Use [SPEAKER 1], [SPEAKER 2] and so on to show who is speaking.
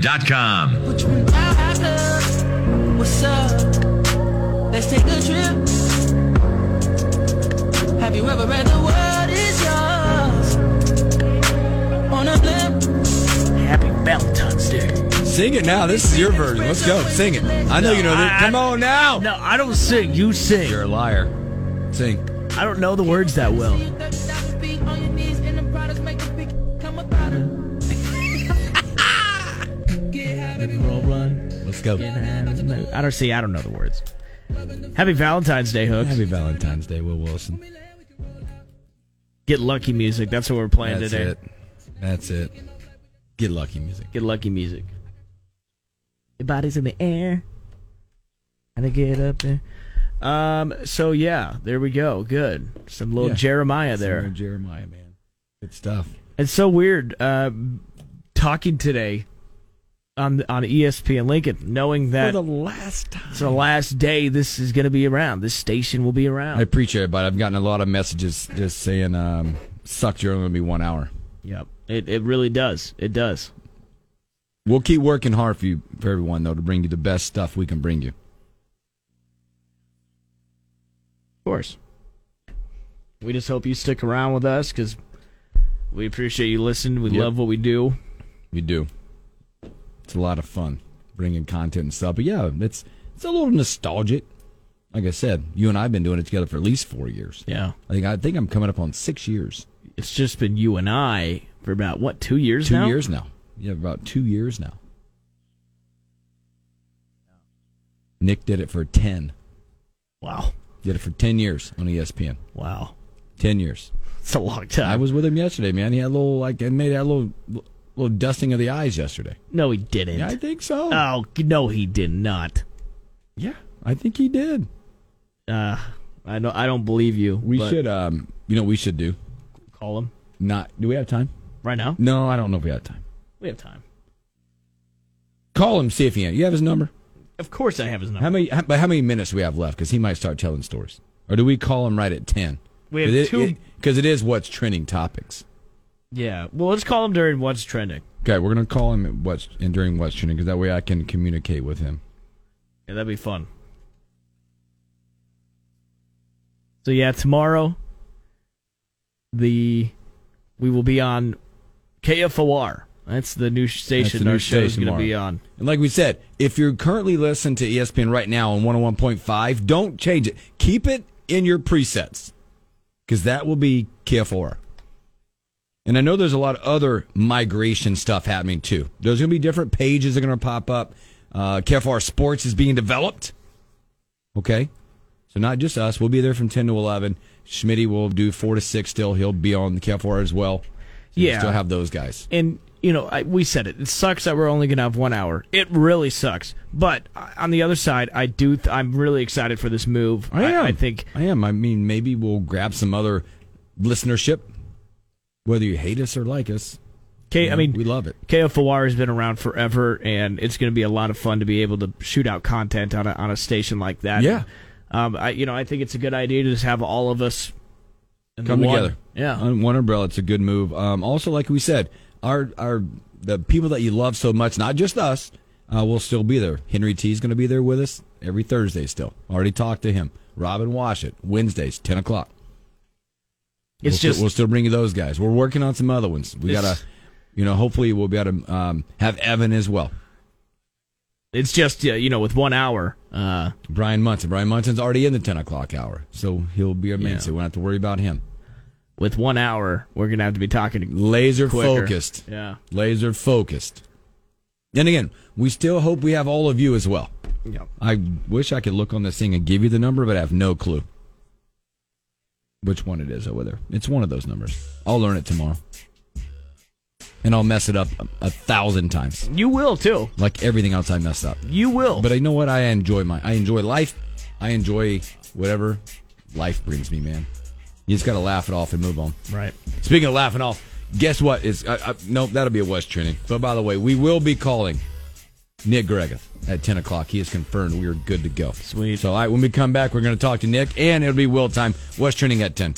[SPEAKER 1] dot com.
[SPEAKER 2] What you about after? What's up? Let's take a trip. Have you ever read the word is yours? On a blimp.
[SPEAKER 3] Happy Valentine's Day.
[SPEAKER 4] Sing it now. This is your version. Let's go. Sing it. I know you know
[SPEAKER 3] I-
[SPEAKER 4] this. Come on now.
[SPEAKER 3] No, I don't sing. You sing.
[SPEAKER 4] You're a liar. Sing.
[SPEAKER 3] I don't know the words that well.
[SPEAKER 2] $30,000 feet on your knees and them products make a big come up out of.
[SPEAKER 3] Roll run.
[SPEAKER 4] Let's go. Happy
[SPEAKER 3] I don't see. I don't know the words. Happy Valentine's Day, Hooks.
[SPEAKER 4] Valentine's Day, Will Wilson.
[SPEAKER 3] Get lucky music. That's what we're playing
[SPEAKER 4] That's
[SPEAKER 3] today.
[SPEAKER 4] it. That's it. Get lucky music.
[SPEAKER 3] Get lucky music. Your body's in the air. Gotta get up there. Um. So yeah, there we go. Good. Some little
[SPEAKER 4] Yeah.
[SPEAKER 3] Jeremiah there.
[SPEAKER 4] Singer Jeremiah, man. Good stuff.
[SPEAKER 3] It's so weird uh, talking today on on E ESPN Lincoln, knowing that
[SPEAKER 4] For the last time.
[SPEAKER 3] it's the last day this is going to be around. This station will be around.
[SPEAKER 4] I appreciate it, but I've gotten a lot of messages just saying, um, sucked you're only going to be one hour.
[SPEAKER 3] yep. It it really does. It does.
[SPEAKER 4] We'll keep working hard for you, for everyone, though, to bring you the best stuff we can bring you.
[SPEAKER 3] Of course. We just hope you stick around with us because we appreciate you listening. We
[SPEAKER 4] Yep.
[SPEAKER 3] love what we do.
[SPEAKER 4] You do. It's a lot of fun bringing content and stuff. But yeah, it's it's a little nostalgic. Like I said, you and I've been doing it together for at least four years.
[SPEAKER 3] Yeah.
[SPEAKER 4] I think I think I'm coming up on six years.
[SPEAKER 3] It's just been you and I for about what two years
[SPEAKER 4] two
[SPEAKER 3] now.
[SPEAKER 4] years now. Yeah, about two years now. Nick did it for ten.
[SPEAKER 3] Wow.
[SPEAKER 4] Did it for ten years on E ESPN.
[SPEAKER 3] Wow.
[SPEAKER 4] Ten years.
[SPEAKER 3] It's a long
[SPEAKER 4] I
[SPEAKER 3] time.
[SPEAKER 4] was with him yesterday, man. He had a little like and made that little little dusting of the eyes yesterday.
[SPEAKER 3] no, he didn't.
[SPEAKER 4] Yeah, I think so.
[SPEAKER 3] oh no, he did not.
[SPEAKER 4] yeah, I think he did.
[SPEAKER 3] uh, I don't, I don't believe you.
[SPEAKER 4] We
[SPEAKER 3] but
[SPEAKER 4] should, um, you know, what we should do
[SPEAKER 3] call him
[SPEAKER 4] not. Do we have time?
[SPEAKER 3] right now.
[SPEAKER 4] No, I don't know if we have time.
[SPEAKER 3] We have time.
[SPEAKER 4] Call him, see if he. You have his number.
[SPEAKER 3] Of course, I have his number.
[SPEAKER 4] How many? How, but how many minutes do we have left? Because he might start telling stories. Or do we call him right at ten?
[SPEAKER 3] We have two-
[SPEAKER 4] Because it is what's trending topics.
[SPEAKER 3] yeah. Well, let's call him during what's trending.
[SPEAKER 4] Okay, we're gonna call him at what's and during what's trending because that way I can communicate with him.
[SPEAKER 3] Yeah, that'd be fun. So yeah, tomorrow, the we will be on KFOR. That's the new station.
[SPEAKER 4] the new
[SPEAKER 3] our show's
[SPEAKER 4] station
[SPEAKER 3] going to be
[SPEAKER 4] tomorrow.
[SPEAKER 3] on.
[SPEAKER 4] And like we said, if you're currently listening to E ESPN right now on 101.5, don't change it. Keep it in your presets because that will be KFOR. And I know there's a lot of other migration stuff happening too. There's going to be different pages that are going to pop up. Uh, KFOR Sports is being developed. Okay. So not just us. We'll be there from 10 to 11. Schmitty will do 4 to 6 still. He'll be on the KFOR as well. So we'll
[SPEAKER 3] Yeah.
[SPEAKER 4] Still have those guys.
[SPEAKER 3] and you know I, we said it it sucks that we're only going to have one hour it really sucks but uh, on the other side i do th- i'm really excited for this move
[SPEAKER 4] I am.
[SPEAKER 3] I, think
[SPEAKER 4] I am. I mean, maybe we'll grab some other listenership, whether you hate us or like us.
[SPEAKER 3] K, I mean
[SPEAKER 4] we love it.
[SPEAKER 3] KFOR has been around forever, and it's going to be a lot of fun to be able to shoot out content on a, on a station like that.
[SPEAKER 4] Yeah.
[SPEAKER 3] um, I you know I think it's a good idea to just have all of us in the
[SPEAKER 4] Come
[SPEAKER 3] one-
[SPEAKER 4] together.
[SPEAKER 3] Yeah,
[SPEAKER 4] On one umbrella, it's a good move. Um, also, like we said, our our the people that you love so much, not just us, uh, will still be there. Henry T is going to be there with us every Thursday. Still, already talked to him. Robin Washit Wednesdays, ten o'clock.
[SPEAKER 3] it's
[SPEAKER 4] we'll
[SPEAKER 3] just
[SPEAKER 4] still, we'll still bring you those guys. We're working on some other ones. We
[SPEAKER 3] It's-
[SPEAKER 4] gotta, you know, hopefully we'll be able to um, have Evan as well.
[SPEAKER 3] it's just yeah, you know with one hour. Uh,
[SPEAKER 4] Brian Munson. Brian Munson's already in the 10 o'clock hour, so he'll be a mainstay.
[SPEAKER 3] Yeah.
[SPEAKER 4] We don't have to worry about him.
[SPEAKER 3] with one hour, we're gonna have to be talking
[SPEAKER 4] Laser
[SPEAKER 3] quicker.
[SPEAKER 4] focused.
[SPEAKER 3] Yeah.
[SPEAKER 4] Laser focused. And again, we still hope we have all of you as well.
[SPEAKER 3] Yeah.
[SPEAKER 4] I wish I could look on this thing and give you the number, but I have no clue which one it is over there. It's one of those numbers. I'll learn it tomorrow. and I'll mess it up a, a thousand times,
[SPEAKER 3] You will too.
[SPEAKER 4] like everything else I messed up.
[SPEAKER 3] You will.
[SPEAKER 4] But I know what I enjoy. My I enjoy life. I enjoy whatever life brings me, man. You just got to laugh it off and move on.
[SPEAKER 3] right.
[SPEAKER 4] Speaking of laughing off, guess what? Is I, I, nope, that'll be a West training. But by the way, we will be calling Nick Gregoth at ten o'clock. He is confirmed we are good to go.
[SPEAKER 3] Sweet.
[SPEAKER 4] So, all right, when we come back, we're going to talk to Nick, and it'll be Will time. West training at ten.